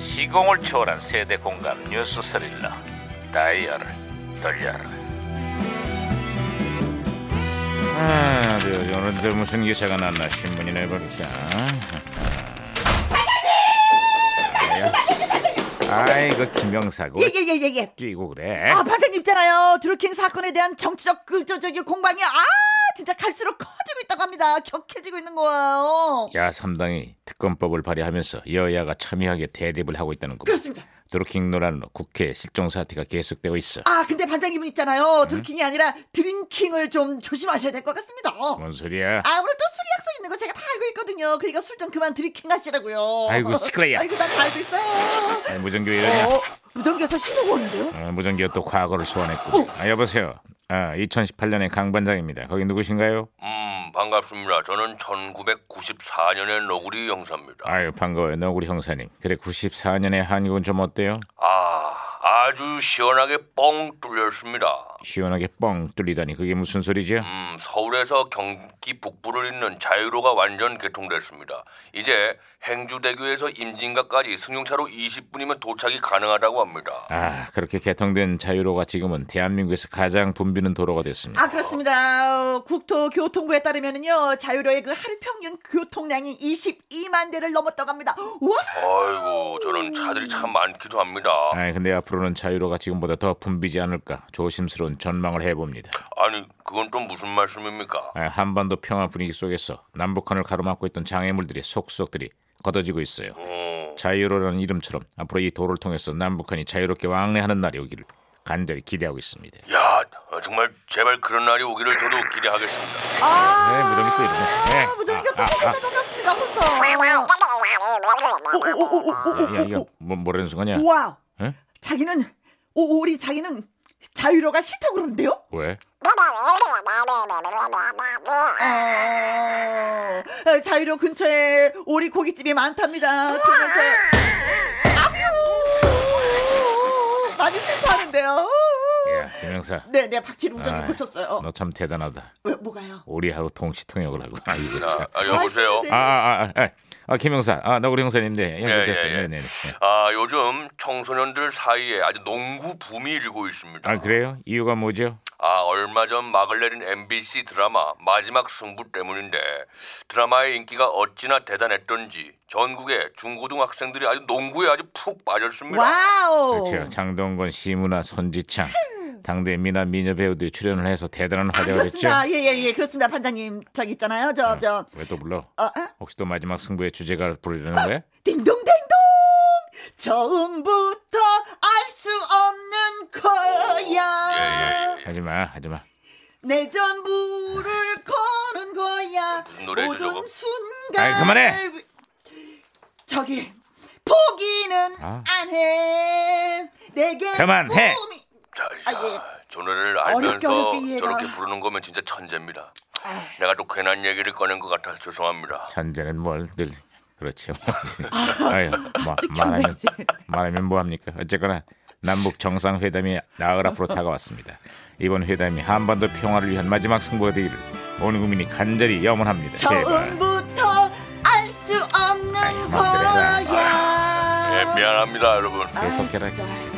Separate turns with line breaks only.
시공을 초월한 세대 공감 뉴스 스릴러 다이얼을 돌려라 아, 어디, 어디, 오늘 또 무슨 기사가 났나 신문이나 볼까 반장님 아이고 그 김영사고
예, 예, 예, 예, 예.
뛰고 그래
아, 반장님 있잖아요. 드루킹 사건에 대한 정치적 그, 저, 저기 공방이, 아, 진짜 갈수록 커지고 있다고 합니다. 격해지고 있는 거예요.
야삼당이 특검법을 발의하면서 여야가 첨예하게 대립을 하고 있다는 겁니다
그렇습니다.
드루킹 논란으로 국회 실종 사태가 계속되고 있어
아, 근데 반장님은
음.
있잖아요. 드루킹이 아니라 드링킹을 좀 조심하셔야 될 것 같습니다.
뭔 소리야
아, 오늘 또 술이 약속 있는 거 제가 다 알고 있거든요. 그러니까 술 좀 그만 드링킹 하시라고요.
아이고, 네. 시끄러워.
아이고, 나 다 알고 있어요.
아니, 무전기 왜 이러냐
어, 무전기에서 신호가 오는데요?
어, 무전기가 또 과거를 소환했군. 아, 여보세요. 아, 2018년의 강 반장입니다. 거기 누구신가요?
음, 반갑습니다. 저는 1994년의 너구리 형사입니다.
아유 반가워요, 너구리 형사님. 그래 94년의 한국은 좀 어때요?
아, 아주 시원하게 뻥 뚫렸습니다.
시원하게 뻥 뚫리다니 그게 무슨 소리죠?
음, 서울에서 경기 북부를 잇는 자유로가 완전 개통됐습니다. 이제 행주대교에서 임진각까지 승용차로 20분이면 도착이 가능하다고 합니다.
아 그렇게 개통된 자유로가 지금은 대한민국에서 가장 붐비는 도로가 됐습니다.
아 그렇습니다. 어, 국토교통부에 따르면은요 자유로의 그 하루 평균 교통량이 22만 대를 넘었다고 합니다. 와
아이고, 저는 차들이 참 많기도 합니다.
아 근데 앞으로는 자유로가 지금보다 더 붐비지 않을까 조심스러운 전망을 해봅니다.
아니, 그건 또 무슨 말씀입니까?
아, 한반도 평화 분위기 속에서 남북한을 가로막고 있던 장애물들이 속속들이 걷어지고 있어요.
음,
자유로라는 이름처럼 앞으로 이 도로를 통해서 남북한이 자유롭게 왕래하는 날이 오기를 간절히 기대하고 있습니다.
야, 정말 제발 그런 날이 오기를 저도 기대하겠습니다.
아,
네, 무덤이 또 이러네. 네.
무덤이가 또
아, 아,
혼선을 던졌습니다. 혼선.
야, 이거 뭐 뭐라는 순간이야?
와
에?
자기는 오, 우리 자기는 자유로가 싫다고 그러는데요?
왜?
아, 어, 자유로 근처에 오리 고깃집이 많답니다. 그러면서 아유 많이 슬퍼하는데요.
야, 김영사,
네네 박지로 우정이
아이, 네.
고쳤어요.
너 참 대단하다.
왜 뭐가요?
우리하고 동시통역을 하고. 아, 이거
아,
참.
아, 여보세요.
아, 아, 아, 아, 아, 김영사, 아, 너구리 형사님네 연결됐어.
예, 예, 예.
네, 네, 네.
아 요즘 청소년들 사이에 아주 농구 붐이 일고 있습니다.
아, 그래요? 이유가 뭐죠?
아, 얼마 전 막을 내린 MBC 드라마 마지막 승부 때문인데 드라마의 인기가 어찌나 대단했던지 전국의 중고등학생들이 아주 농구에 아주 푹 빠졌습니다.
와우.
뭐, 그렇죠. 장동건, 시문화, 손지창, 당대 미나 미녀 배우들이 출연을 해서 대단한
아,
화제가 됐죠. 음.
그렇습니다. 예예예 그렇습니다. 반장님 저기 있잖아요. 저 저
왜 또 불러?
어, 어?
혹시 또 마지막 승부의 주제가를 부르려는 거야?
딩동댕동 처음부터 알 수 없는
예,
거야.
예, 예, 예.
하지 마, 하지 마.
내 전부를 거는 거야.
무슨 노래죠, 저거?
모든 순간.
음, 아이, 그만해.
저기 포기는
아.
안 해. 내게
그만해. 뭐
꿈이-
자,
아,
자,
예.
저 노래를
어렵게
알면서
어렵게 이해가.
저렇게 부르는 거면 진짜 천재입니다.
아.
내가 또 괜한 얘기를 꺼낸 것 같아서 죄송합니다.
천재는 뭘 늘 그렇지. 뭐. 아유, 마,
지켰네,
말하면
이제.
말하면 뭐 합니까? 어쨌거나 남북 정상 회담이 나흘 앞으로 다가왔습니다. 이번 회담이 한반도 평화를 위한 마지막 승부가 되기를 온 국민이 간절히 염원합니다. 제발.
처음부터 알 수 없는 아,
마음대로 해라.
거야.
예, 미안합니다, 여러분.
아,
계속해라,
진짜.